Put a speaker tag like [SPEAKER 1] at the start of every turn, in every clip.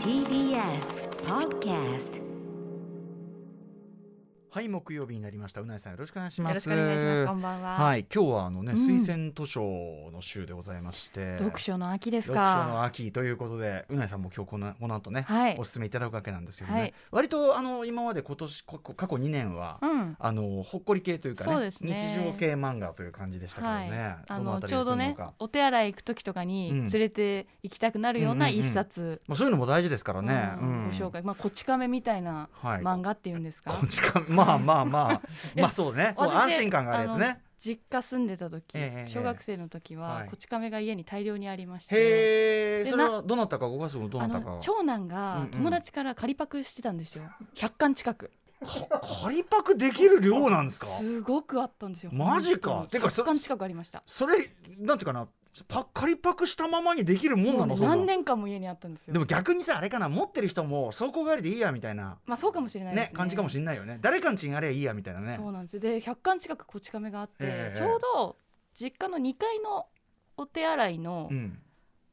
[SPEAKER 1] TBS Podcast
[SPEAKER 2] はい木曜日になりましたうなえさんよろしくお願いし
[SPEAKER 3] よ
[SPEAKER 2] ます
[SPEAKER 3] ろしくお願いします。こんばんは。
[SPEAKER 2] はい今日はあのね、
[SPEAKER 3] うん
[SPEAKER 2] 推薦図書の週でございまして
[SPEAKER 3] 読書の秋です
[SPEAKER 2] 読書の
[SPEAKER 3] か。
[SPEAKER 2] 秋ということでうなえさんも今日このこの後ね、
[SPEAKER 3] はい
[SPEAKER 2] おすすめいただくわけなんですよね、
[SPEAKER 3] はい
[SPEAKER 2] 割とあの今まで今年ここ過去2年は、
[SPEAKER 3] うん。
[SPEAKER 2] あのほっこり系というか
[SPEAKER 3] そう
[SPEAKER 2] ね
[SPEAKER 3] ですね
[SPEAKER 2] 日常系漫画という感じでしたけどね、
[SPEAKER 3] はい。
[SPEAKER 2] ど
[SPEAKER 3] あ
[SPEAKER 2] の
[SPEAKER 3] の
[SPEAKER 2] 辺
[SPEAKER 3] ち
[SPEAKER 2] りが
[SPEAKER 3] ょうど
[SPEAKER 2] 来るの
[SPEAKER 3] ね
[SPEAKER 2] か、
[SPEAKER 3] お手洗い行く時とかに
[SPEAKER 2] うん
[SPEAKER 3] 連れて行きたくなるような一冊。
[SPEAKER 2] まあ、そういうのも大事ですからね、
[SPEAKER 3] うん
[SPEAKER 2] うん
[SPEAKER 3] ご紹介。まあこち亀みたいな
[SPEAKER 2] はい
[SPEAKER 3] 漫画っていうんですか
[SPEAKER 2] こ。っちかまあまあ まあ
[SPEAKER 3] や
[SPEAKER 2] まあそうねそう
[SPEAKER 3] 私
[SPEAKER 2] 安心感があるやつ
[SPEAKER 3] あの
[SPEAKER 2] ね
[SPEAKER 3] 実家住んでた時
[SPEAKER 2] えええ、え
[SPEAKER 3] 小学生の時
[SPEAKER 2] は
[SPEAKER 3] はいこち亀が家に大量にありまして。
[SPEAKER 2] へえ
[SPEAKER 3] で
[SPEAKER 2] それはどなたかご家族のど
[SPEAKER 3] あ
[SPEAKER 2] なたか
[SPEAKER 3] の長男
[SPEAKER 2] うんう
[SPEAKER 3] が
[SPEAKER 2] ん
[SPEAKER 3] 友達から借りパクしてたんですよ、100巻近く
[SPEAKER 2] か仮パクできる量なんですか
[SPEAKER 3] すごくあったんですよ
[SPEAKER 2] マジか
[SPEAKER 3] 本当
[SPEAKER 2] て
[SPEAKER 3] に
[SPEAKER 2] かそ
[SPEAKER 3] 100巻近くありました
[SPEAKER 2] それなんていうかなパ仮パクしたままにできるもんな
[SPEAKER 3] も
[SPEAKER 2] の
[SPEAKER 3] う
[SPEAKER 2] そ
[SPEAKER 3] ね
[SPEAKER 2] んなの
[SPEAKER 3] 何年間も家にあったんですよ
[SPEAKER 2] でも逆にさあれかな持ってる人も走行帰りでいいやみたいな
[SPEAKER 3] まあそうかもしれない
[SPEAKER 2] ね
[SPEAKER 3] ですね
[SPEAKER 2] 感じかもしれないよね誰かんちにあればいいやみたいなね
[SPEAKER 3] そうなんですで100巻近くこち亀があって、
[SPEAKER 2] ええ
[SPEAKER 3] ちょうど実家の2階のお手洗いの,、
[SPEAKER 2] うん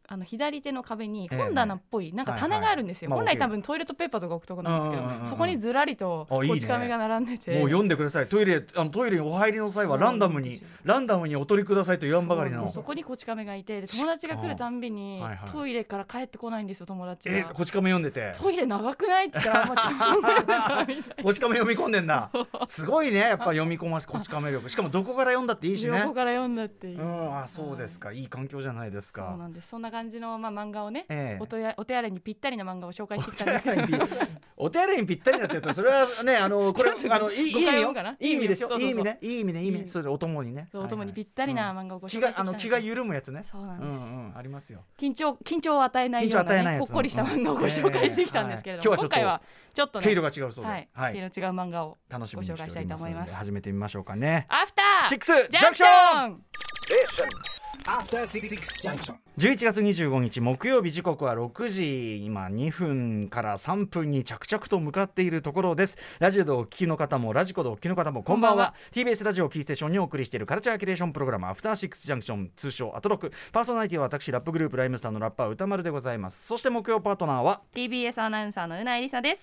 [SPEAKER 3] あの左手の壁に
[SPEAKER 2] ええ
[SPEAKER 3] 本棚っぽい、なんか棚があるんですよ、
[SPEAKER 2] はいはいまあ
[SPEAKER 3] 本来多分トイレットペーパーとか置くとこなんですけど、
[SPEAKER 2] うんうんうんうん
[SPEAKER 3] そこにずらりと
[SPEAKER 2] あいいね
[SPEAKER 3] こち亀が並んでて
[SPEAKER 2] もう読んでくださいトイレあのトイレにお入りの際はランダムに
[SPEAKER 3] そうなんです
[SPEAKER 2] ランダムにお取りくださいと言わんばかり
[SPEAKER 3] そう
[SPEAKER 2] の
[SPEAKER 3] そこにこち亀がいてで友達が来るたんびに、
[SPEAKER 2] はいはい
[SPEAKER 3] トイレから帰ってこないんですよ友達が、
[SPEAKER 2] えこち亀読んでて
[SPEAKER 3] トイレ長くないって言ったら、まあ、ちょっと読んでた みたい
[SPEAKER 2] こち亀読み込んでんなすごいねやっぱ読み込ますこち亀力しかもどこから読んだっていいし
[SPEAKER 3] な
[SPEAKER 2] ね
[SPEAKER 3] 横から読んだっていうう、
[SPEAKER 2] んあそうですかいい環境じゃないです
[SPEAKER 3] そう
[SPEAKER 2] か
[SPEAKER 3] なんですそんな感じの、まあ、漫画をね、
[SPEAKER 2] ええ
[SPEAKER 3] おとやお手洗いにぴったりな漫画を紹介してきたんですけど
[SPEAKER 2] お手洗いにぴったりだってるとそれは ねあのこれ
[SPEAKER 3] ちょっとね
[SPEAKER 2] あのいいいい
[SPEAKER 3] 誤
[SPEAKER 2] 意
[SPEAKER 3] 解
[SPEAKER 2] 味よ
[SPEAKER 3] を生むかない
[SPEAKER 2] い意味です
[SPEAKER 3] そ
[SPEAKER 2] よ
[SPEAKER 3] う
[SPEAKER 2] い
[SPEAKER 3] そうそう
[SPEAKER 2] い意味ねいい意味ねいい意
[SPEAKER 3] いい意
[SPEAKER 2] 味
[SPEAKER 3] 味
[SPEAKER 2] それでお供にね
[SPEAKER 3] そうお供にぴ
[SPEAKER 2] っ
[SPEAKER 3] ったりな漫画をご
[SPEAKER 2] 気
[SPEAKER 3] 紹介
[SPEAKER 2] が
[SPEAKER 3] してきた
[SPEAKER 2] あ
[SPEAKER 3] ん
[SPEAKER 2] の
[SPEAKER 3] で
[SPEAKER 2] 気
[SPEAKER 3] すけ
[SPEAKER 2] が
[SPEAKER 3] ど
[SPEAKER 2] 緩むやつね
[SPEAKER 3] そうなん
[SPEAKER 2] う
[SPEAKER 3] です、
[SPEAKER 2] んうんありますよ
[SPEAKER 3] 緊張緊張を与えないよう
[SPEAKER 2] 緊張を与え
[SPEAKER 3] な
[SPEAKER 2] ない
[SPEAKER 3] ね
[SPEAKER 2] やつ
[SPEAKER 3] ほっこりした漫画をご紹介してきたんですけれど
[SPEAKER 2] ええはい
[SPEAKER 3] も、
[SPEAKER 2] 今日
[SPEAKER 3] 今回
[SPEAKER 2] は
[SPEAKER 3] はちょっとね
[SPEAKER 2] 毛色が違うそうで
[SPEAKER 3] はい、
[SPEAKER 2] はい
[SPEAKER 3] 毛色違う漫画を
[SPEAKER 2] 楽しみにしております
[SPEAKER 3] ご紹介したいと思い
[SPEAKER 2] の
[SPEAKER 3] ま
[SPEAKER 2] です始めてみましょうかね
[SPEAKER 3] アフター
[SPEAKER 2] シックスジ
[SPEAKER 3] ジ
[SPEAKER 2] ャ
[SPEAKER 3] ャ
[SPEAKER 2] ン
[SPEAKER 3] ン
[SPEAKER 2] ク
[SPEAKER 3] ク
[SPEAKER 2] シ
[SPEAKER 3] シ
[SPEAKER 2] ョ
[SPEAKER 3] ョ
[SPEAKER 2] ン
[SPEAKER 3] ン
[SPEAKER 4] After Six Junction.
[SPEAKER 2] 11月25日木曜日時刻は6時今2分から3分に着々と向かっているところですラジオでお聞きの方もラジコでお聞きの方もこんばんは
[SPEAKER 3] こんばんは
[SPEAKER 2] TBS ラジオをキーステーションにお送りしているカルチャーキュレーションプログラムアフターシックスジャンクション通称アトロクパーソナリティは私ラップグループライムスターのラッパー歌丸でございますそして木曜パートナーは、
[SPEAKER 3] TBS アナウンサーのうなえりさです、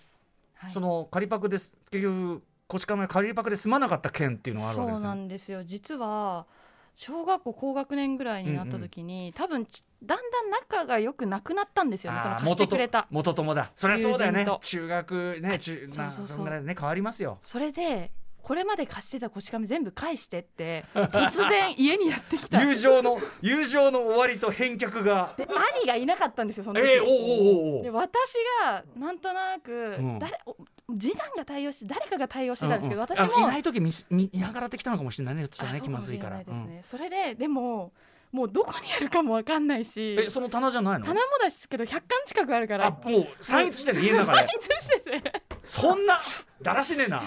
[SPEAKER 3] はい
[SPEAKER 2] その仮パクです結局こち亀仮パクで済まなかった件っていうのがあるわけで
[SPEAKER 3] そう
[SPEAKER 2] す
[SPEAKER 3] なんですよ実は小学校高学年ぐらいになった時に、多分ちだんだん仲が良くなくなったんですよねその
[SPEAKER 2] あー
[SPEAKER 3] 貸してくれた
[SPEAKER 2] 元と元友だそりゃそうだよね
[SPEAKER 3] 友人と
[SPEAKER 2] 中学ね中
[SPEAKER 3] そうそ
[SPEAKER 2] ま
[SPEAKER 3] うそう
[SPEAKER 2] あそんぐらいでね変わりますよ
[SPEAKER 3] それでこれまで貸してたこち亀全部返し てって突然家にやってきた
[SPEAKER 2] 友情の友情の終わりと返却が
[SPEAKER 3] で兄がいなかったんですよその時、
[SPEAKER 2] えー、おうおうおうお
[SPEAKER 3] で
[SPEAKER 2] う
[SPEAKER 3] 私がなんとなく、
[SPEAKER 2] うん
[SPEAKER 3] 誰お次男が対応して誰かが対応してたんですけど、
[SPEAKER 2] うう
[SPEAKER 3] 私も
[SPEAKER 2] あのいない時見し見見計らってきたのかもしれないねちょっとしたらね
[SPEAKER 3] あ
[SPEAKER 2] 気まずいから
[SPEAKER 3] そうもしれないですねそれででももうどこにあるかもわかんないし
[SPEAKER 2] うんえその棚じゃないの
[SPEAKER 3] 棚もだしですけど100巻近くあるか
[SPEAKER 2] あ
[SPEAKER 3] ら
[SPEAKER 2] もう散逸してる家の中
[SPEAKER 3] 配
[SPEAKER 2] で
[SPEAKER 3] 置してて
[SPEAKER 2] そんなだらしねえ な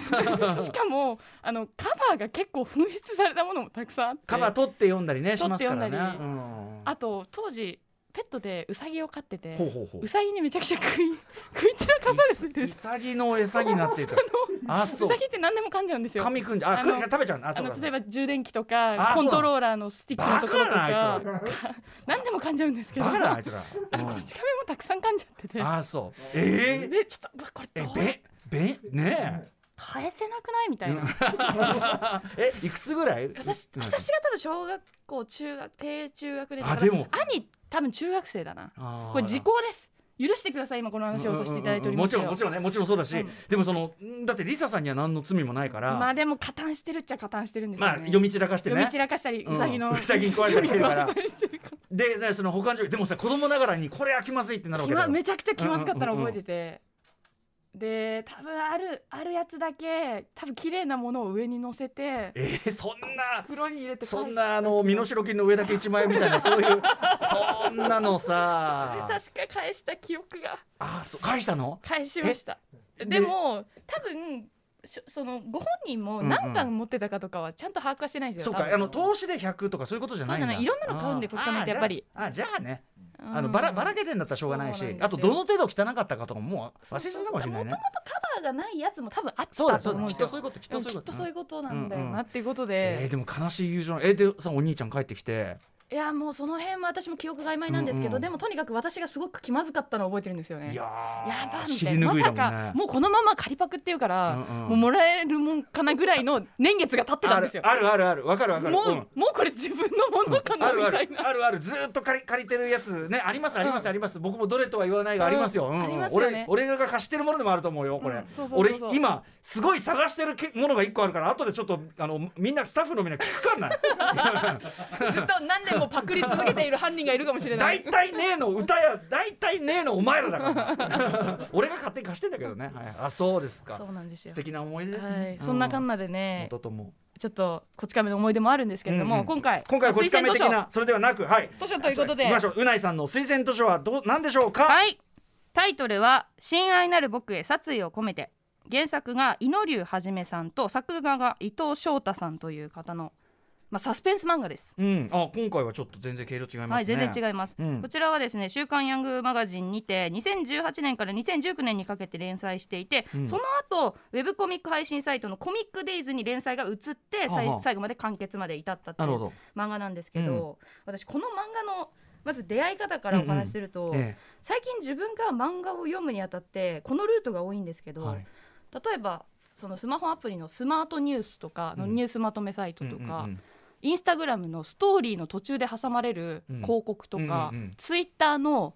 [SPEAKER 3] しかもあのカバーが結構紛失されたものもたくさんあって
[SPEAKER 2] カバー取って読んだりねしますからね
[SPEAKER 3] 取って読
[SPEAKER 2] うん
[SPEAKER 3] あと当時ペットでウサギを飼ってて
[SPEAKER 2] ほうほうほう
[SPEAKER 3] ウサギにめちゃくちゃ食い食い散らかされてるん
[SPEAKER 2] う
[SPEAKER 3] です
[SPEAKER 2] さぎの餌になっていたあ
[SPEAKER 3] ウ
[SPEAKER 2] そう
[SPEAKER 3] サギって何でも噛んじゃうんですよ
[SPEAKER 2] 髪くんじゃあ
[SPEAKER 3] あ
[SPEAKER 2] く
[SPEAKER 3] の
[SPEAKER 2] 食べちゃうのあ
[SPEAKER 3] あ
[SPEAKER 2] そう
[SPEAKER 3] の
[SPEAKER 2] か
[SPEAKER 3] 例えば充電器とか
[SPEAKER 2] あ
[SPEAKER 3] コ
[SPEAKER 2] そうなの
[SPEAKER 3] ントローラーのスティックのところと
[SPEAKER 2] バカだ
[SPEAKER 3] か
[SPEAKER 2] な
[SPEAKER 3] 何でも噛んじゃうんですけど
[SPEAKER 2] バカだなあいつら
[SPEAKER 3] あ
[SPEAKER 2] うん
[SPEAKER 3] こち亀もたくさん噛んじゃってて
[SPEAKER 2] あそうえー
[SPEAKER 3] でちょっとうわこれ
[SPEAKER 2] え
[SPEAKER 3] どう
[SPEAKER 2] べべね
[SPEAKER 3] 返せなくないみたいな
[SPEAKER 2] ええいくつぐらい
[SPEAKER 3] 私
[SPEAKER 2] うん
[SPEAKER 3] 私が多分小学校中学低中学年
[SPEAKER 2] あでも
[SPEAKER 3] 兄多分中学生だな
[SPEAKER 2] あー
[SPEAKER 3] これ時効です許してください今この話をさせていただいておりますけ
[SPEAKER 2] うんうんうんもちろんも
[SPEAKER 3] ど
[SPEAKER 2] ちろんねもちろんそうだし、
[SPEAKER 3] うん
[SPEAKER 2] でもそのんだってリサさんには何の罪もないから
[SPEAKER 3] まあでも加担してるっちゃ加担してるんですよ
[SPEAKER 2] まあ
[SPEAKER 3] ね
[SPEAKER 2] 読み散らかして
[SPEAKER 3] 読み
[SPEAKER 2] ね
[SPEAKER 3] 散らかしたり
[SPEAKER 2] うん
[SPEAKER 3] うさぎの
[SPEAKER 2] うさぎに食われたりしてる から
[SPEAKER 3] うさぎに食われたりしてるから
[SPEAKER 2] ででその保管所でもさ子供ながらにこれは気まずいってなるわ
[SPEAKER 3] 気
[SPEAKER 2] けだ
[SPEAKER 3] ま
[SPEAKER 2] よ
[SPEAKER 3] めちゃくちゃ気まずかったの覚えてて、で多分あるあるやつだけ多分綺麗なものを上に乗せて
[SPEAKER 2] えー、そん な
[SPEAKER 3] 袋に入れて
[SPEAKER 2] そんなあの身代金の上だけ1万円みたいなそういうそ んなのさ
[SPEAKER 3] 返した確か返した記憶が
[SPEAKER 2] あーそう返したの
[SPEAKER 3] 返しました
[SPEAKER 2] えで
[SPEAKER 3] でも多分しそのご本人も何巻持ってたかとかはちゃんと把握はしてないんです
[SPEAKER 2] そ
[SPEAKER 3] よ、
[SPEAKER 2] う
[SPEAKER 3] 多分
[SPEAKER 2] かあの投資で100とかそういうことじゃないんだ
[SPEAKER 3] そうじゃないいろんなの買うんで
[SPEAKER 2] あー
[SPEAKER 3] こっちから見てやっぱり
[SPEAKER 2] あーじゃああーじゃあね
[SPEAKER 3] うん
[SPEAKER 2] あのばらばらけてんだったらしょうがないし
[SPEAKER 3] そうなんですよ
[SPEAKER 2] あとどの程度汚かったかとかもう忘れちゃったかもしれないね
[SPEAKER 3] カバーがないやつも多分あっ
[SPEAKER 2] そうだ
[SPEAKER 3] たと
[SPEAKER 2] そう
[SPEAKER 3] 思う
[SPEAKER 2] だ
[SPEAKER 3] ん
[SPEAKER 2] き
[SPEAKER 3] で
[SPEAKER 2] っ
[SPEAKER 3] す
[SPEAKER 2] とそうい
[SPEAKER 3] よ
[SPEAKER 2] うこときっ
[SPEAKER 3] で
[SPEAKER 2] と
[SPEAKER 3] も
[SPEAKER 2] そういうこ
[SPEAKER 3] きっ
[SPEAKER 2] と
[SPEAKER 3] とそういうことなんだよ
[SPEAKER 2] うんうん
[SPEAKER 3] なっていうこと
[SPEAKER 2] えー
[SPEAKER 3] で、
[SPEAKER 2] でも悲しい友情えーでさお兄ちゃん帰ってきて
[SPEAKER 5] いやもうその辺も私も記憶が曖昧なんですけど、
[SPEAKER 2] うんうん
[SPEAKER 5] でもとにかく私がすごく気まずかったのを覚えてるんですよね。
[SPEAKER 2] いやー
[SPEAKER 5] やばみた
[SPEAKER 2] 尻
[SPEAKER 5] いな
[SPEAKER 2] 拭
[SPEAKER 5] ま
[SPEAKER 2] いだも
[SPEAKER 5] さ
[SPEAKER 2] ん
[SPEAKER 5] か
[SPEAKER 2] ね
[SPEAKER 5] もうこのまま仮パクっていうから、
[SPEAKER 2] うんうん
[SPEAKER 5] もうもらえるもんかなぐらいの年月が経ってた
[SPEAKER 2] あ
[SPEAKER 5] んで
[SPEAKER 2] る
[SPEAKER 5] すよ。
[SPEAKER 2] あるあるあるわかるわかる
[SPEAKER 5] もう、
[SPEAKER 2] うん
[SPEAKER 5] もうこれ自分のものか
[SPEAKER 2] あ
[SPEAKER 5] なみ
[SPEAKER 2] るあ
[SPEAKER 5] た
[SPEAKER 2] る
[SPEAKER 5] いな。
[SPEAKER 2] あるあるずーっと借り借りてるやつねありますありますあります、僕もどれとは言わないがありますよ、
[SPEAKER 5] うんありますよね
[SPEAKER 2] 俺俺が貸してるものでもあると思うよこれ、
[SPEAKER 5] うんそうそうそう
[SPEAKER 2] 俺
[SPEAKER 5] そう
[SPEAKER 2] 今すごい探してるけものが一個あるから後でちょっとあのみんなスタッフのみんな聞くかんない
[SPEAKER 5] ずっと何年もパクり続けている犯人がいるかもしれな
[SPEAKER 2] 大
[SPEAKER 5] い。
[SPEAKER 2] 体ねえの歌や大体ねえのお前らだから俺が勝手に貸してんだけどね、はい、あそうですか
[SPEAKER 5] そうなんですよ
[SPEAKER 2] 素。敵な思い出ですね、
[SPEAKER 5] はい、そんなかん
[SPEAKER 2] な
[SPEAKER 5] なでね、
[SPEAKER 2] 元とも
[SPEAKER 5] ちょっとこち亀の思い出もあるんですけれども、
[SPEAKER 2] うんうん
[SPEAKER 5] 今回
[SPEAKER 2] 今回はこち亀的
[SPEAKER 5] 推薦
[SPEAKER 2] なそれではなくはい
[SPEAKER 5] 図書図書ということで
[SPEAKER 2] きましょううないさんの推薦図書はどうなんでしょうか、
[SPEAKER 3] はいタイトルは「親愛なる僕へ殺意を込めて」原作が井野龍はじめさんと作画が伊藤翔太さんという方の、まあ、サスペンス漫画です。
[SPEAKER 2] うん、あ今回はちょっと全然経路違いますね。
[SPEAKER 3] はい、全然違います、
[SPEAKER 2] うん
[SPEAKER 3] こちらはですね「週刊ヤングマガジン」にて2018年から2019年にかけて連載していて、
[SPEAKER 2] うん
[SPEAKER 3] その後ウェブコミック配信サイトの「コミックデイズに連載が移ってさ
[SPEAKER 2] はあ
[SPEAKER 3] い
[SPEAKER 2] はあ
[SPEAKER 3] 最後まで完結まで至ったと
[SPEAKER 2] ないるほ
[SPEAKER 3] う
[SPEAKER 2] ど。
[SPEAKER 3] 漫画なんですけど、私この漫画のまず出会い方からお話しすると、
[SPEAKER 2] え
[SPEAKER 3] 最近自分が漫画を読むにあたってこのルートが多いんですけ
[SPEAKER 2] え、
[SPEAKER 3] ど、
[SPEAKER 2] はい。
[SPEAKER 3] 例えばそのスマホアプリのスマートニュースとかの
[SPEAKER 2] うん
[SPEAKER 3] ニュースまとめサイトと
[SPEAKER 2] う
[SPEAKER 3] か、
[SPEAKER 2] んうんうん
[SPEAKER 3] インスタグラムのストーリーの途中で挟まれる
[SPEAKER 2] うん
[SPEAKER 3] 広告とか、
[SPEAKER 2] うんうんうん
[SPEAKER 3] ツイッターの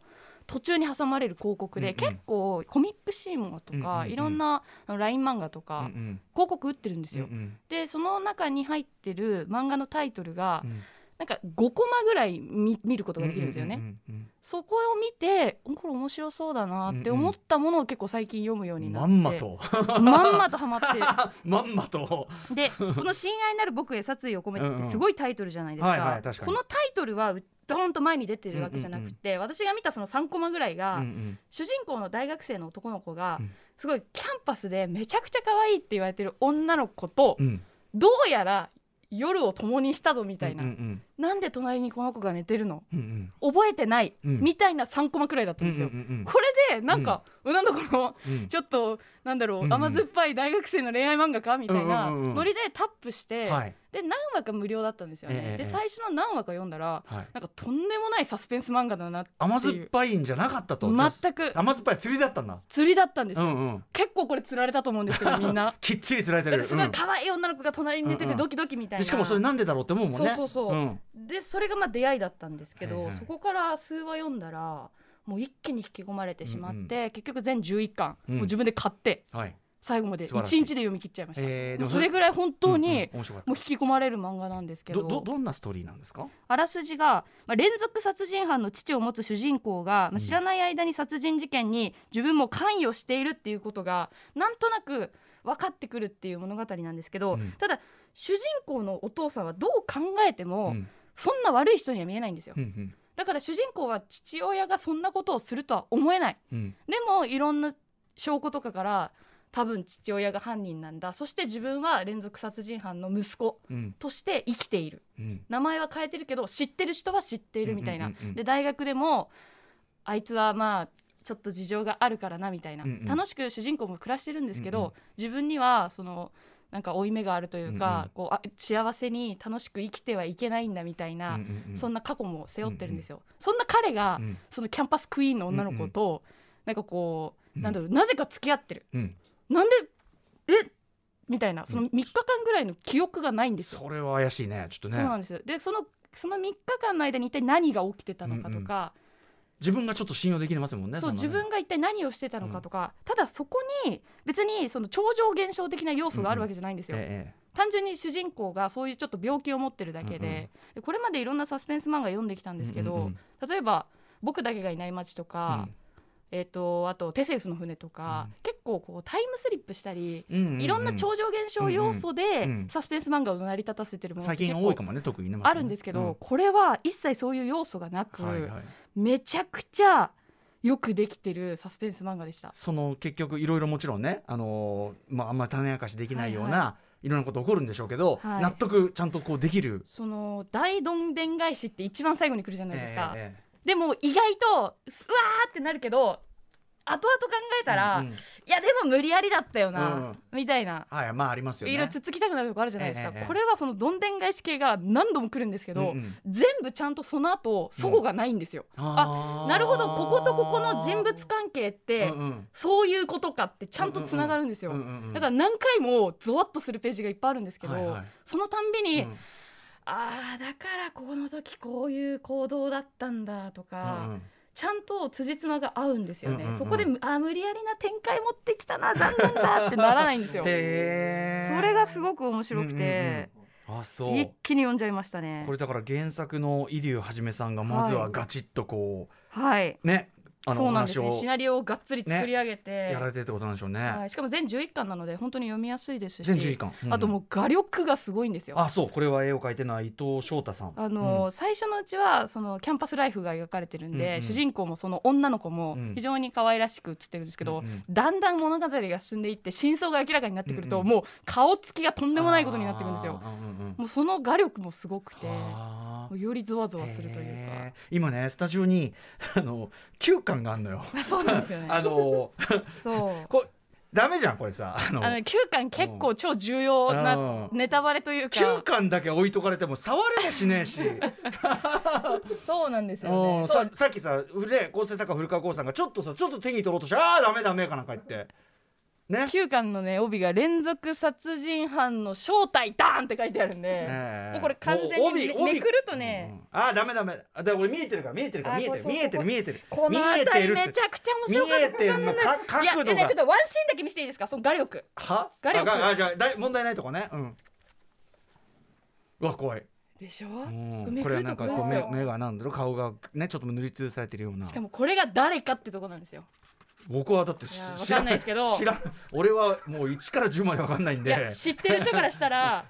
[SPEAKER 3] 途中に挟まれる広告
[SPEAKER 2] うん
[SPEAKER 3] で、
[SPEAKER 2] うん
[SPEAKER 3] 結構コミックシーンと
[SPEAKER 2] う
[SPEAKER 3] か、
[SPEAKER 2] んうんうん
[SPEAKER 3] いろんなあの LINE 漫画とか、
[SPEAKER 2] うんうん
[SPEAKER 3] 広告打ってるんです
[SPEAKER 2] うん
[SPEAKER 3] よ。
[SPEAKER 2] うん
[SPEAKER 3] でその中に入ってる漫画のタイトルが、
[SPEAKER 2] うん
[SPEAKER 3] なんか5コマぐらい見見ることができるんですよね。
[SPEAKER 2] ううんうん
[SPEAKER 3] そこを見てんこれ面白そうだなって思ったものを結構最近読むよう
[SPEAKER 2] う
[SPEAKER 3] に
[SPEAKER 2] ん
[SPEAKER 3] なっ
[SPEAKER 2] ま
[SPEAKER 3] て、
[SPEAKER 2] んまと
[SPEAKER 3] まんまとハマってる
[SPEAKER 2] まんまと。
[SPEAKER 3] でこの「親愛なる僕へ殺意を込めて」ってすごいタイトルじゃないです
[SPEAKER 2] うんうんはいはい
[SPEAKER 3] か
[SPEAKER 2] 確かに
[SPEAKER 3] このタイトルはうドーンと前に出てるわけじゃなくて、私が見たその3コマぐらい
[SPEAKER 2] う
[SPEAKER 3] が、
[SPEAKER 2] んうん
[SPEAKER 3] 主人公の大学生の男の子が、
[SPEAKER 2] うん
[SPEAKER 3] すごいキャンパスでめちゃくちゃ可愛いって言われてる女の子と、
[SPEAKER 2] うん
[SPEAKER 3] どうやら夜を共にしたぞみたいな、
[SPEAKER 2] うんうん
[SPEAKER 3] なんで隣にこの子が寝てるの
[SPEAKER 2] うんうん
[SPEAKER 3] 覚えてない、
[SPEAKER 2] うん
[SPEAKER 3] みたいな3コマくらいだった
[SPEAKER 2] うんん
[SPEAKER 3] ですよ。
[SPEAKER 2] うんうん
[SPEAKER 3] これでなんか、うん、なんだこの
[SPEAKER 2] うん
[SPEAKER 3] ちょっとなんだろう、
[SPEAKER 2] うんうん
[SPEAKER 3] 甘酸っぱい大学生の恋愛漫画かみたいな
[SPEAKER 2] うんうんうんうん
[SPEAKER 3] ノリでタップして、
[SPEAKER 2] はい
[SPEAKER 3] で何話か無料だったんですよね
[SPEAKER 2] え、え
[SPEAKER 3] で最初の何話か読んだ
[SPEAKER 2] は
[SPEAKER 3] ら
[SPEAKER 2] い。
[SPEAKER 3] なんかとんでもないサスペンス漫画だな
[SPEAKER 2] 甘酸っぱいんじゃなかったと。
[SPEAKER 3] 全く
[SPEAKER 2] 甘酸っぱい釣りだったんだ。
[SPEAKER 3] 釣りだったんです
[SPEAKER 2] う
[SPEAKER 3] よ、
[SPEAKER 2] んうん。
[SPEAKER 3] 結構これ釣られたと思うんですけどみん な
[SPEAKER 2] きっちり釣られて
[SPEAKER 3] だっ
[SPEAKER 2] る。
[SPEAKER 3] てすご
[SPEAKER 2] う
[SPEAKER 3] い
[SPEAKER 2] ん
[SPEAKER 3] 可愛い女の子が隣に寝て
[SPEAKER 2] うんう
[SPEAKER 3] て
[SPEAKER 2] ん
[SPEAKER 3] ドキドキみたいな、
[SPEAKER 2] でしかもそれなんでだろうって思うもんね。
[SPEAKER 3] そうそうそう
[SPEAKER 2] うん
[SPEAKER 3] でそれがまあ出会いだったんですけど、
[SPEAKER 2] はいはい
[SPEAKER 3] そこから数話読んだらもう一気に引き込まれてしまって、結局全11巻、
[SPEAKER 2] うん
[SPEAKER 3] もう自分で買って
[SPEAKER 2] はい。
[SPEAKER 3] 最後まで
[SPEAKER 2] 素
[SPEAKER 3] 一
[SPEAKER 2] 晴らしい
[SPEAKER 3] 日で読み切っちゃいました、
[SPEAKER 2] えー
[SPEAKER 3] もうそれぐらい本当
[SPEAKER 2] う
[SPEAKER 3] に、
[SPEAKER 2] んうん面白かっ
[SPEAKER 3] もう引き込まれる漫画なんです
[SPEAKER 2] た。
[SPEAKER 3] けど
[SPEAKER 2] どどどんなストーリーなんですか。
[SPEAKER 3] あらすじが、まあ、連続殺人犯の父を持つ主人公が、まあ、知らない間に殺人事件に自分も関与しているっていうことがなんとなく分かってくるっていう物語なんですけど、
[SPEAKER 2] うん
[SPEAKER 3] ただ主人公のお父さんはどう考えても、
[SPEAKER 2] うん
[SPEAKER 3] そんな悪い人には見えないんですよ
[SPEAKER 2] うんうん
[SPEAKER 3] だから主人公は父親がそんなことをするとは思えない
[SPEAKER 2] うん
[SPEAKER 3] でもいろんな証拠とかから多分父親が犯人なんだそして自分は連続殺人犯の息子
[SPEAKER 2] うん
[SPEAKER 3] として生きている
[SPEAKER 2] うん。
[SPEAKER 3] 名前は変えてるけど知ってる人は知っているみたいな、
[SPEAKER 2] うんうんうんうん
[SPEAKER 3] で大学でもあいつはまあちょっと事情があるからなみたいな、
[SPEAKER 2] うんうん
[SPEAKER 3] 楽しく主人公も暮らしてるんですけど、
[SPEAKER 2] うんうん
[SPEAKER 3] 自分にはそのなんか負い目があるというか、
[SPEAKER 2] うんうん
[SPEAKER 3] こうあ幸せに楽しく生きてはいけないんだみたいな、
[SPEAKER 2] うんうんうん
[SPEAKER 3] そんな過去も背負ってるんですよ、そんな彼が、
[SPEAKER 2] うん
[SPEAKER 3] そのキャンパスクイーンの女の子と、なんかこ
[SPEAKER 2] う
[SPEAKER 3] う、
[SPEAKER 2] ん
[SPEAKER 3] なんだろうなぜか付き合ってる
[SPEAKER 2] うん
[SPEAKER 3] なんでえみたいなその3日間ぐらいの記憶がないんですよ
[SPEAKER 2] それは怪しいねちょっと
[SPEAKER 3] そうな
[SPEAKER 2] ね
[SPEAKER 3] んですよでそのその3日間の間に一体何が起きてたのかとか、
[SPEAKER 2] 自分がちょっと信用できますもんね
[SPEAKER 3] そう
[SPEAKER 2] のね
[SPEAKER 3] 自分が一体何をしてたのかとか、ただそこに別にその超常現象的な要素があるわけじゃないんですよ、
[SPEAKER 2] え
[SPEAKER 3] 単純に主人公がそういうちょっと病気を持ってるだけで,、
[SPEAKER 2] うんうん
[SPEAKER 3] でこれまでいろんなサスペンス漫画読んできたん
[SPEAKER 2] え
[SPEAKER 3] ですけど、
[SPEAKER 2] うんうんうん
[SPEAKER 3] 例えば「僕だけがいない街」とか、えー、とあと「テセウスの船」とか、
[SPEAKER 2] うん
[SPEAKER 3] 結構こうタイムスリップしたり、
[SPEAKER 2] うんうんうん
[SPEAKER 3] いろんな超常現象要素で
[SPEAKER 2] うんうん
[SPEAKER 3] サスペンス漫画を成り立たせてるものっ
[SPEAKER 2] 最
[SPEAKER 3] て結
[SPEAKER 2] 近
[SPEAKER 3] 構
[SPEAKER 2] 多いかもね特にねまた
[SPEAKER 3] あ
[SPEAKER 2] ね
[SPEAKER 3] るんですけど、これは一切そういう要素がなく、
[SPEAKER 2] うんはいはい
[SPEAKER 3] めちゃくちゃよくできてるサスペンス漫画でした。
[SPEAKER 2] その結局いろいろもちろんねあのーまああんまり種明かしできないよう
[SPEAKER 3] はい
[SPEAKER 2] な、いろんなこと起こるんでしょうけど、
[SPEAKER 3] はい
[SPEAKER 2] 納得ちゃんとこうできる、
[SPEAKER 3] その大どんでん返しって一番最後に来るじゃないですか、
[SPEAKER 2] えええ
[SPEAKER 3] でも意外とうわーってなるけど後々考えたら、
[SPEAKER 2] うんうん
[SPEAKER 3] いやでも無理やりだったよな、
[SPEAKER 2] うん
[SPEAKER 3] みたいな
[SPEAKER 2] はいまあありますよね
[SPEAKER 3] いろいろつっつきたくなるとこあるじゃないですか、
[SPEAKER 2] ええええ
[SPEAKER 3] これはそのどんでん返し系が何度も来るんですけど、
[SPEAKER 2] うんうん
[SPEAKER 3] 全部ちゃんとその後そこがないんですよ、
[SPEAKER 2] あー
[SPEAKER 3] なるほどこことここの人物関係って、
[SPEAKER 2] うんうん
[SPEAKER 3] そういうことかってちゃんとつながるんですよ、
[SPEAKER 2] うんうんうん
[SPEAKER 3] だから何回もゾワッとするページがいっぱいあるんですけど、
[SPEAKER 2] はいはい
[SPEAKER 3] そのたんびに、
[SPEAKER 2] うん
[SPEAKER 3] あーだからこの時こういう行動だったんだとか、
[SPEAKER 2] うんうん
[SPEAKER 3] ちゃんと辻褄が合うんですよね、
[SPEAKER 2] うんうんうん
[SPEAKER 3] そこでむあー無理やりな展開持ってきたな残念だってならないんで すよ
[SPEAKER 2] へー
[SPEAKER 3] それがすごく面白くて、
[SPEAKER 2] あそう
[SPEAKER 3] 一気に読んじゃいましたね
[SPEAKER 2] これだから原作の入流はじめさんがまずはガチッとこ
[SPEAKER 3] はい。
[SPEAKER 2] うねあの
[SPEAKER 3] そ
[SPEAKER 2] お
[SPEAKER 3] うなんです
[SPEAKER 2] 話を
[SPEAKER 3] ね。シナリオをがっつり作り上げて、
[SPEAKER 2] やられてるってことなんでしょう
[SPEAKER 3] は
[SPEAKER 2] ね
[SPEAKER 3] い、しかも全11巻なので本当に読みやすいですし、
[SPEAKER 2] 全11巻うん
[SPEAKER 3] あともう画力がすごいんですよ。
[SPEAKER 2] あそうこれは絵を描いてるのは伊藤翔太さん
[SPEAKER 3] あのー最初のうちはそのキャンパスライフが描かれてるんで、
[SPEAKER 2] うんうん
[SPEAKER 3] 主人公もその女の子も
[SPEAKER 2] うん
[SPEAKER 3] 非常に可愛らしく写ってるんですけど、
[SPEAKER 2] うんうん
[SPEAKER 3] だんだん物語が進んでいって真相が明らかになってくると、
[SPEAKER 2] うんうん
[SPEAKER 3] もう顔つきがとん
[SPEAKER 2] と
[SPEAKER 3] でもないことになってくるんですよ。もうその画力もすごくて
[SPEAKER 2] は
[SPEAKER 3] もうよりゾワゾ
[SPEAKER 2] あ
[SPEAKER 3] ワするという
[SPEAKER 2] へー今ねスタジオに あの9巻があるのよ
[SPEAKER 3] か そうなんですよね
[SPEAKER 2] あの
[SPEAKER 3] そう
[SPEAKER 2] こダメじゃんこれさあの
[SPEAKER 3] あの9巻結構超重要な
[SPEAKER 2] うん
[SPEAKER 3] ネタバレというか
[SPEAKER 2] 9巻だけ置いとかれても触れもしねえ し
[SPEAKER 3] そうなんです
[SPEAKER 2] う
[SPEAKER 3] よ
[SPEAKER 2] ん
[SPEAKER 3] ね。
[SPEAKER 2] ささっきさね構成作家古川光さんがちょっとさちょっと手に取ろうとしてああダメダメかなんか言ってね
[SPEAKER 3] 9巻のね帯が連続殺人犯の正体ダーンって書いてあるんで、
[SPEAKER 2] ええ
[SPEAKER 3] もうこれ完全に
[SPEAKER 2] もう帯
[SPEAKER 3] め
[SPEAKER 2] 帯
[SPEAKER 3] めくるとね
[SPEAKER 2] うんああダメダメあだから俺見えてるから見えてるから
[SPEAKER 3] あ
[SPEAKER 2] 見えてる
[SPEAKER 3] そうそう
[SPEAKER 2] 見えてる見えてる
[SPEAKER 3] この
[SPEAKER 2] 見えて
[SPEAKER 3] 辺
[SPEAKER 2] る
[SPEAKER 3] り
[SPEAKER 2] っ
[SPEAKER 3] め
[SPEAKER 2] て
[SPEAKER 3] ちゃくちゃ面
[SPEAKER 2] 見
[SPEAKER 3] 白かっ
[SPEAKER 2] えてるのか
[SPEAKER 3] たいや
[SPEAKER 2] 角
[SPEAKER 3] で
[SPEAKER 2] 度
[SPEAKER 3] ね
[SPEAKER 2] が
[SPEAKER 3] ちょっとワンシーンだけ見せていいですかその画力
[SPEAKER 2] は
[SPEAKER 3] 画力
[SPEAKER 2] あがあじゃあだい問題ないとこねうんうわ怖い、
[SPEAKER 3] でしょ、
[SPEAKER 2] うん、
[SPEAKER 3] め
[SPEAKER 2] こ
[SPEAKER 3] く
[SPEAKER 2] れは
[SPEAKER 3] る
[SPEAKER 2] なん
[SPEAKER 3] と
[SPEAKER 2] か
[SPEAKER 3] こ
[SPEAKER 2] こ
[SPEAKER 3] で
[SPEAKER 2] う目
[SPEAKER 3] すよ
[SPEAKER 2] 目がなんだろう顔がねちょっと塗りつぶされてるような
[SPEAKER 3] しかもこれが誰かってとこなんですよ
[SPEAKER 2] 僕はだって
[SPEAKER 3] いやわ
[SPEAKER 2] 知
[SPEAKER 3] かんないですけ ど
[SPEAKER 2] 知らん俺はもう1から10までわかんないん
[SPEAKER 3] い
[SPEAKER 2] で
[SPEAKER 3] や知ってる人からし たら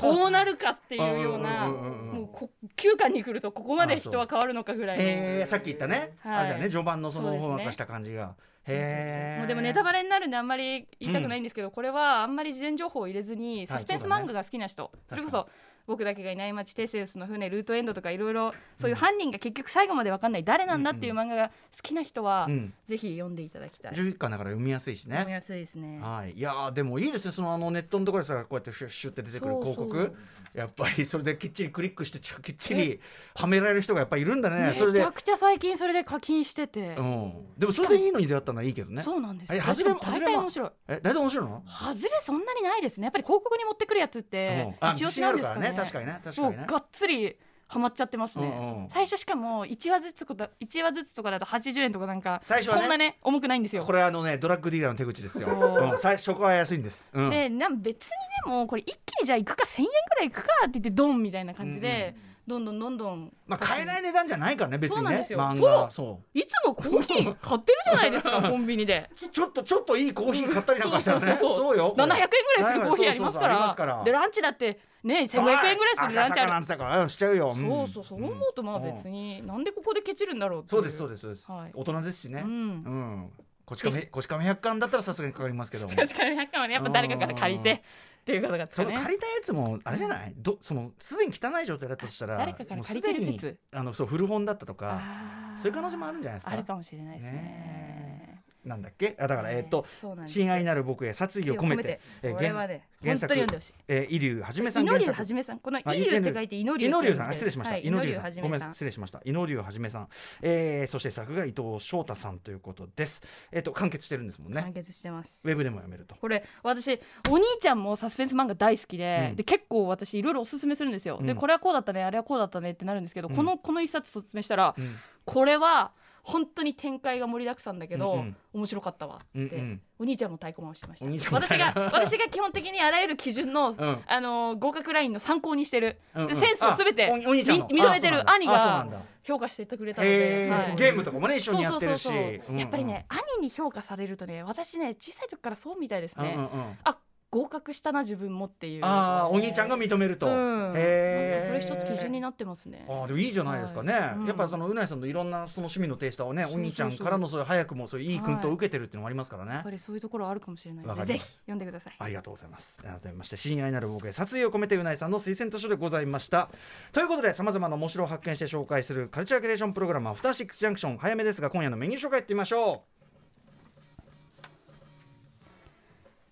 [SPEAKER 3] こうなるかっていうような
[SPEAKER 2] うんうんうんうん
[SPEAKER 3] もうこ9巻に来るとここまで人は変わるのかぐらいの
[SPEAKER 2] へえさっき言ったね、
[SPEAKER 3] はい
[SPEAKER 2] あれだね序盤のその
[SPEAKER 3] そうです
[SPEAKER 2] ほ
[SPEAKER 3] ね
[SPEAKER 2] んわかした感じが、へえ
[SPEAKER 3] もうでもネタ
[SPEAKER 2] バ
[SPEAKER 3] バレになるんであんまり言いたくないんですけど、これはあんまり事前情報を入れずにサスペンス
[SPEAKER 2] そうだね
[SPEAKER 3] 漫画が好きな人、それこ
[SPEAKER 2] 確
[SPEAKER 3] そ僕だけがいない街テセウスの船ルートエンドとかいろいろそういう犯人が結局最後まで分かんない誰なんだっていう漫画が好きな人は、
[SPEAKER 2] うん
[SPEAKER 3] ぜひ読んでいただきたい。
[SPEAKER 2] 11巻だから読みやすいし
[SPEAKER 3] 読み
[SPEAKER 2] ね
[SPEAKER 3] やすいですね。
[SPEAKER 2] はい、いやーでもいいですねそのあのネットのところでさこうやってシュッシュッって出てくる
[SPEAKER 3] そうそう
[SPEAKER 2] 広告やっぱりそれできっちりクリックしてちゃきっちりはめられる人がやっぱいるんだねそれ
[SPEAKER 3] めち
[SPEAKER 2] で
[SPEAKER 3] ゃ、くちゃ最近それで課金してて
[SPEAKER 2] う、ん、でもそれでいいのに出会ったのはいいけどね
[SPEAKER 3] そうなんですよ。
[SPEAKER 2] え外れ
[SPEAKER 3] しかも大体面白い。
[SPEAKER 2] え大体面白いの、
[SPEAKER 3] 外れそんなにないですね。やっぱり広告に持ってくるやつっ
[SPEAKER 2] うん
[SPEAKER 3] て
[SPEAKER 2] あ
[SPEAKER 3] 一
[SPEAKER 2] 自
[SPEAKER 3] 押し
[SPEAKER 2] 信あ
[SPEAKER 3] なん
[SPEAKER 2] る
[SPEAKER 3] で
[SPEAKER 2] か
[SPEAKER 3] す
[SPEAKER 2] ら
[SPEAKER 3] か
[SPEAKER 2] ね
[SPEAKER 3] ね。
[SPEAKER 2] 確かにね確か
[SPEAKER 3] も
[SPEAKER 2] にね
[SPEAKER 3] うがっつりハマっちゃってますね、
[SPEAKER 2] うんうん
[SPEAKER 3] 最初しかも1話ずつとか1話ずつとかだと80円とかなんか
[SPEAKER 2] 最初はね
[SPEAKER 3] そんなね重くないんですよ
[SPEAKER 2] これあのねドラッグディーラーの手口ですよ、
[SPEAKER 3] そう
[SPEAKER 2] うん、最初は安いんです、うん、
[SPEAKER 3] でなん別にでもこれ一気にじゃあ行くか1000円ぐらい行くかって言ってドンみたいな感じで、どんどんどんどん
[SPEAKER 2] まあ買えないい値段じゃないからね別に
[SPEAKER 3] そうなん
[SPEAKER 2] ね
[SPEAKER 3] ですよ
[SPEAKER 2] 漫画そう
[SPEAKER 3] いつもコーヒー買ってるじゃないですかコンビニで
[SPEAKER 2] ちょちょっとちょっといいコーヒー買ったりなんかしたらね。
[SPEAKER 3] そうそう
[SPEAKER 2] よ。
[SPEAKER 3] 700円ぐらいするコーヒーあります
[SPEAKER 2] そうそうそ
[SPEAKER 3] か
[SPEAKER 2] うあり
[SPEAKER 3] ら
[SPEAKER 2] ますから。
[SPEAKER 3] でランチだってね1500円ぐらいするランチある
[SPEAKER 2] る。うんしちゃうよ。ん
[SPEAKER 3] そうそうそう思うとまあ別。
[SPEAKER 2] ん
[SPEAKER 3] に、なんでここでケチるんだろうってい
[SPEAKER 2] そうですそう
[SPEAKER 3] で
[SPEAKER 2] ですそうです
[SPEAKER 3] はい。
[SPEAKER 2] 大人ですしね
[SPEAKER 3] う。ん
[SPEAKER 2] うん。こち亀こち亀百巻だったらさすがにかかりますけども。
[SPEAKER 3] 確かに100はねやっぱ誰かから借り
[SPEAKER 2] うん
[SPEAKER 3] てっていうこと
[SPEAKER 2] そ
[SPEAKER 3] がです
[SPEAKER 2] の
[SPEAKER 3] ね
[SPEAKER 2] 借りたやつもあれじゃない？どそのすでに汚い状態だったとしたら、
[SPEAKER 3] あ誰かから借りてる説
[SPEAKER 2] もうすでにあのそう古本だったとか、
[SPEAKER 3] あー
[SPEAKER 2] そういう可能性もあるんじゃないですか
[SPEAKER 3] あるかもしれないですね
[SPEAKER 2] ねなんだっけ？あだからえっと。
[SPEAKER 3] そうなんですよ
[SPEAKER 2] 親愛なる僕へ殺意を込めて、えー
[SPEAKER 3] これはね
[SPEAKER 2] 原
[SPEAKER 3] 本
[SPEAKER 2] 作
[SPEAKER 3] 当に読んでほしい
[SPEAKER 2] えー、イリュウはじめさん
[SPEAKER 3] 祈
[SPEAKER 2] 原
[SPEAKER 3] りゅう
[SPEAKER 2] 作
[SPEAKER 3] はじめさんこの「
[SPEAKER 2] あ
[SPEAKER 3] イリュウ」って書いて「祈りゅう」
[SPEAKER 2] 祈りゅうさんあ失礼しました。
[SPEAKER 3] はい祈りゅう
[SPEAKER 2] さ
[SPEAKER 3] は
[SPEAKER 2] ん
[SPEAKER 3] じ
[SPEAKER 2] ごめ
[SPEAKER 3] め
[SPEAKER 2] ん
[SPEAKER 3] さん
[SPEAKER 2] 失礼しました。祈りゅうはじめさん、えー、そして作が伊藤翔太さんということです。えっ、と完結してるんですもん
[SPEAKER 3] 完
[SPEAKER 2] ね。
[SPEAKER 3] 結してます
[SPEAKER 2] ウェブでも読めると。
[SPEAKER 3] これ私お兄ちゃんもサスペンス漫画大好きで,、
[SPEAKER 2] うん
[SPEAKER 3] で結構私いろいろおすすめするんですよ、
[SPEAKER 2] う
[SPEAKER 3] で
[SPEAKER 2] ん
[SPEAKER 3] これはこうだったねあれはこうだったねってなるんですけど、
[SPEAKER 2] うん
[SPEAKER 3] このこの一冊説明したら、
[SPEAKER 2] うん
[SPEAKER 3] これは本当に展開が盛りだくさんだけど、
[SPEAKER 2] うんうん
[SPEAKER 3] 面白かったわって、
[SPEAKER 2] うんうん
[SPEAKER 3] お兄ちゃんも太鼓回してました
[SPEAKER 2] お兄ちゃんも太
[SPEAKER 3] 私
[SPEAKER 2] 鼓
[SPEAKER 3] が私が基本的にあらゆる基準の、
[SPEAKER 2] うん
[SPEAKER 3] あのー合格ラインの参考にしてる、
[SPEAKER 2] うんう
[SPEAKER 3] で
[SPEAKER 2] ん
[SPEAKER 3] センスをすべて
[SPEAKER 2] あお
[SPEAKER 3] み
[SPEAKER 2] お兄ちゃんの
[SPEAKER 3] 認めて
[SPEAKER 2] あそうなん
[SPEAKER 3] る
[SPEAKER 2] だ
[SPEAKER 3] 兄
[SPEAKER 2] あそうなんだ
[SPEAKER 3] が評価してくれたので
[SPEAKER 2] え、ー
[SPEAKER 3] はい
[SPEAKER 2] ゲームとかもね一緒にやってるし、
[SPEAKER 3] そうそうそうそうやっぱりね、兄に評価されるとね私ね小さい時からそうみたいです
[SPEAKER 2] うんうん
[SPEAKER 3] ね、
[SPEAKER 2] うんうん
[SPEAKER 3] あ合格したな自分もっていう
[SPEAKER 2] ああお兄ちゃんが認めると。
[SPEAKER 3] うん
[SPEAKER 2] へー
[SPEAKER 3] なんかそれ一つ基準になってますね
[SPEAKER 2] ああでもいいじゃないですかね、
[SPEAKER 3] はいうん
[SPEAKER 2] やっぱそのうないさんのいろんなその趣味のテイストをね
[SPEAKER 3] そうそうそう
[SPEAKER 2] お兄ちゃんからのそういう早くもそういういい訓導を受けてるっていうのもありますからね、
[SPEAKER 3] やっぱりそういうところあるかもしれないの
[SPEAKER 2] わか
[SPEAKER 3] で
[SPEAKER 2] りま
[SPEAKER 3] ぜひ
[SPEAKER 2] す
[SPEAKER 3] 読んでください
[SPEAKER 2] ありがとうございます。改めまして、親愛なる僕へ殺意を込めてうないさんの推薦図書でございました。ということで、さまざまな面白を発見して紹介するカルチャークリエーションプログラム、アフターシックスジャンクション、早めですが、今夜のメニュー紹介いってみましょう。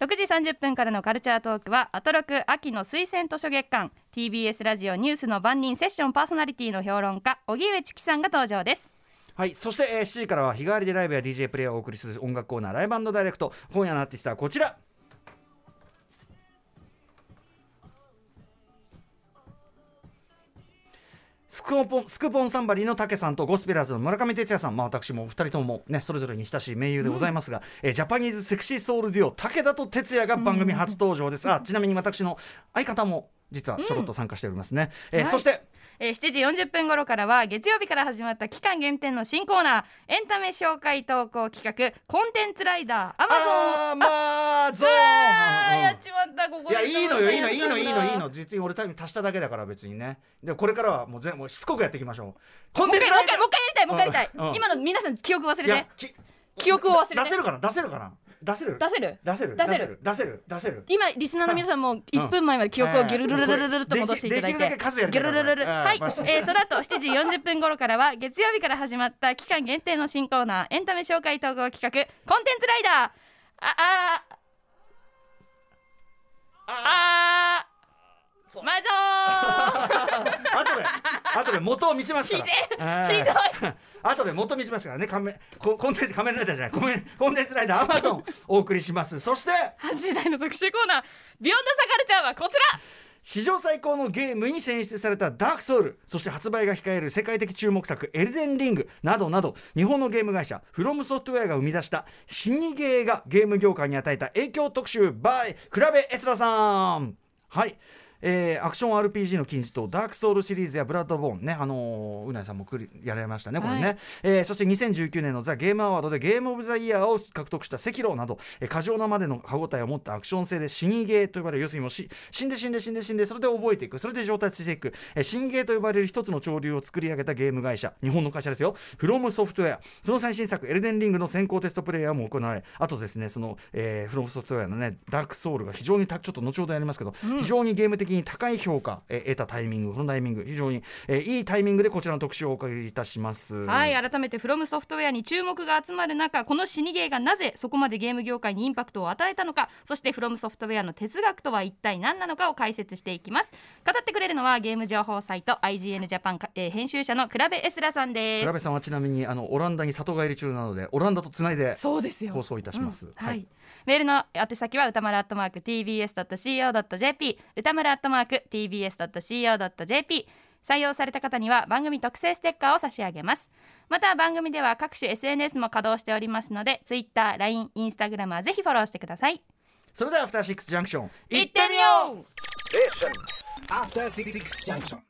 [SPEAKER 3] 6時30分からのカルチャートークはアトロク秋の推薦図書月間 TBS ラジオニュースの番人セッションパーソナリティの評論家荻上チキさんが登場です
[SPEAKER 2] はい、そして、えー、7時からは日替わりでライブや DJ プレイをお送りする音楽コーナーライブダイレクト今夜のアーティストはこちらスクポンスクポンサンバリーの竹さんとゴスペラーズの村上哲也さん、まあ、私もお二人とも、ね、それぞれに親しい盟友でございますが、えージャパニーズセクシーソウルデュオ武田と哲也が番組初登場です、あちなみに私の相方も実はちょろっと参加しておりますね、えー
[SPEAKER 3] はい
[SPEAKER 2] そして
[SPEAKER 3] えー7時40分頃からは月曜日から始まった期間限定の新コーナーエンタメ紹介投稿企画コンテンツライダーアマゾン
[SPEAKER 2] あーまあゾーン
[SPEAKER 3] あー
[SPEAKER 2] うん
[SPEAKER 3] やっちまったここ
[SPEAKER 2] い
[SPEAKER 3] で
[SPEAKER 2] やいいのよいいのいいのいいのいい
[SPEAKER 3] も
[SPEAKER 2] の
[SPEAKER 3] う
[SPEAKER 2] 実に俺多分足しただけだから別にねでこれからはもう全部しつこくやっていきましょうコンテ
[SPEAKER 3] 一
[SPEAKER 2] ンツ
[SPEAKER 3] 回もう一回もう一回やりたい
[SPEAKER 2] うん
[SPEAKER 3] もう一回やりた
[SPEAKER 2] うん
[SPEAKER 3] い今の皆さん記憶忘れ
[SPEAKER 2] いや
[SPEAKER 3] て
[SPEAKER 2] き
[SPEAKER 3] 記憶を忘れて
[SPEAKER 2] 出せるかな出せるかな出せる
[SPEAKER 3] 出せる
[SPEAKER 2] 出せる
[SPEAKER 3] 出せる
[SPEAKER 2] 出せる出せる
[SPEAKER 3] 今リスナーの皆さんも1分前まで記憶をギュルルルルルルルと戻していただいて
[SPEAKER 2] できるだけ数やり
[SPEAKER 3] ギ
[SPEAKER 2] た
[SPEAKER 3] ュ
[SPEAKER 2] いか
[SPEAKER 3] ル
[SPEAKER 2] ら
[SPEAKER 3] ルルルルはい
[SPEAKER 2] うんマジ、で
[SPEAKER 3] えー、その後7時40分頃からは月曜日から始まった期間限定の新コーナーエンタメ紹介統合企画コンテンツライダーああああマゾ
[SPEAKER 2] 後で後で元を見せますから あ
[SPEAKER 3] ーンひ
[SPEAKER 2] ー
[SPEAKER 3] どい
[SPEAKER 2] 後で元見せますからね仮面ココンテンツ仮面ライダーじゃないコメンコンテンツライダーアマゾンお送りしますそして
[SPEAKER 3] 8時台の特集コーナービヨンドザカルチャーはこちら
[SPEAKER 2] 史上最高のゲームに選出された「ダークソウル」そして発売が控える世界的注目作「エルデンリング」などなど日本のゲーム会社フロムソフトウェアが生み出した死にゲーがゲーム業界に与えた影響特集 by 比べエスラさんはいえーアクション RPG の金字塔ダークソウルシリーズやブラッドボーンねあのーうなえさんもくりやられましたねこれね、
[SPEAKER 3] は
[SPEAKER 2] えーそして2019年のザ・ゲームアワードでゲームオブザイヤーを獲得した赤狼など、えー、過剰なまでの歯応えを持ったアクション性で死にゲーと呼ばれる要するにもうし死んで死んで死んで死んでそれで覚えていくそれで上達していく、えー、死にゲーと呼ばれる一つの潮流を作り上げたゲーム会社日本の会社ですよフロムソフトウェアその最新作エルデンリングの先行テストプレイヤーも行われあとですねその、えーフロムソフトウェアのねダークソウルが非常にたちょっと後ほどやりますけど、非常にゲーム的に高い評価、えー得たタイミングこのタイミング非常に、えーいいタイミングでこちらの特集をお送りいたします。
[SPEAKER 3] はい改めてフロムソフトウェアに注目が集まる中この死にゲーがなぜそこまでゲーム業界にインパクトを与えたのかそしてフロムソフトウェアの哲学とは一体何なのかを解説していきます語ってくれるのはゲーム情報サイト IGN ジャパン、えー編集者のクラベエスラさんで
[SPEAKER 2] 浦部
[SPEAKER 3] す
[SPEAKER 2] さんはちなみにあのオランダに里帰り中なのでオランダとつないで
[SPEAKER 3] そうですよ
[SPEAKER 2] 放送いたします。
[SPEAKER 3] うんはい、メールの宛先は歌丸アットマーク tbs.co.jp 歌丸アットマーク tbs.co.jp 採用された方には番組特製ステッカーを差し上げますまた番組では各種 SNS も稼働しておりますので Twitter、LINE、Instagram はぜひフォローしてください
[SPEAKER 2] それではアフターシックスジャンクション
[SPEAKER 3] い
[SPEAKER 2] い
[SPEAKER 3] ってみよう
[SPEAKER 6] Station. After Six Junction.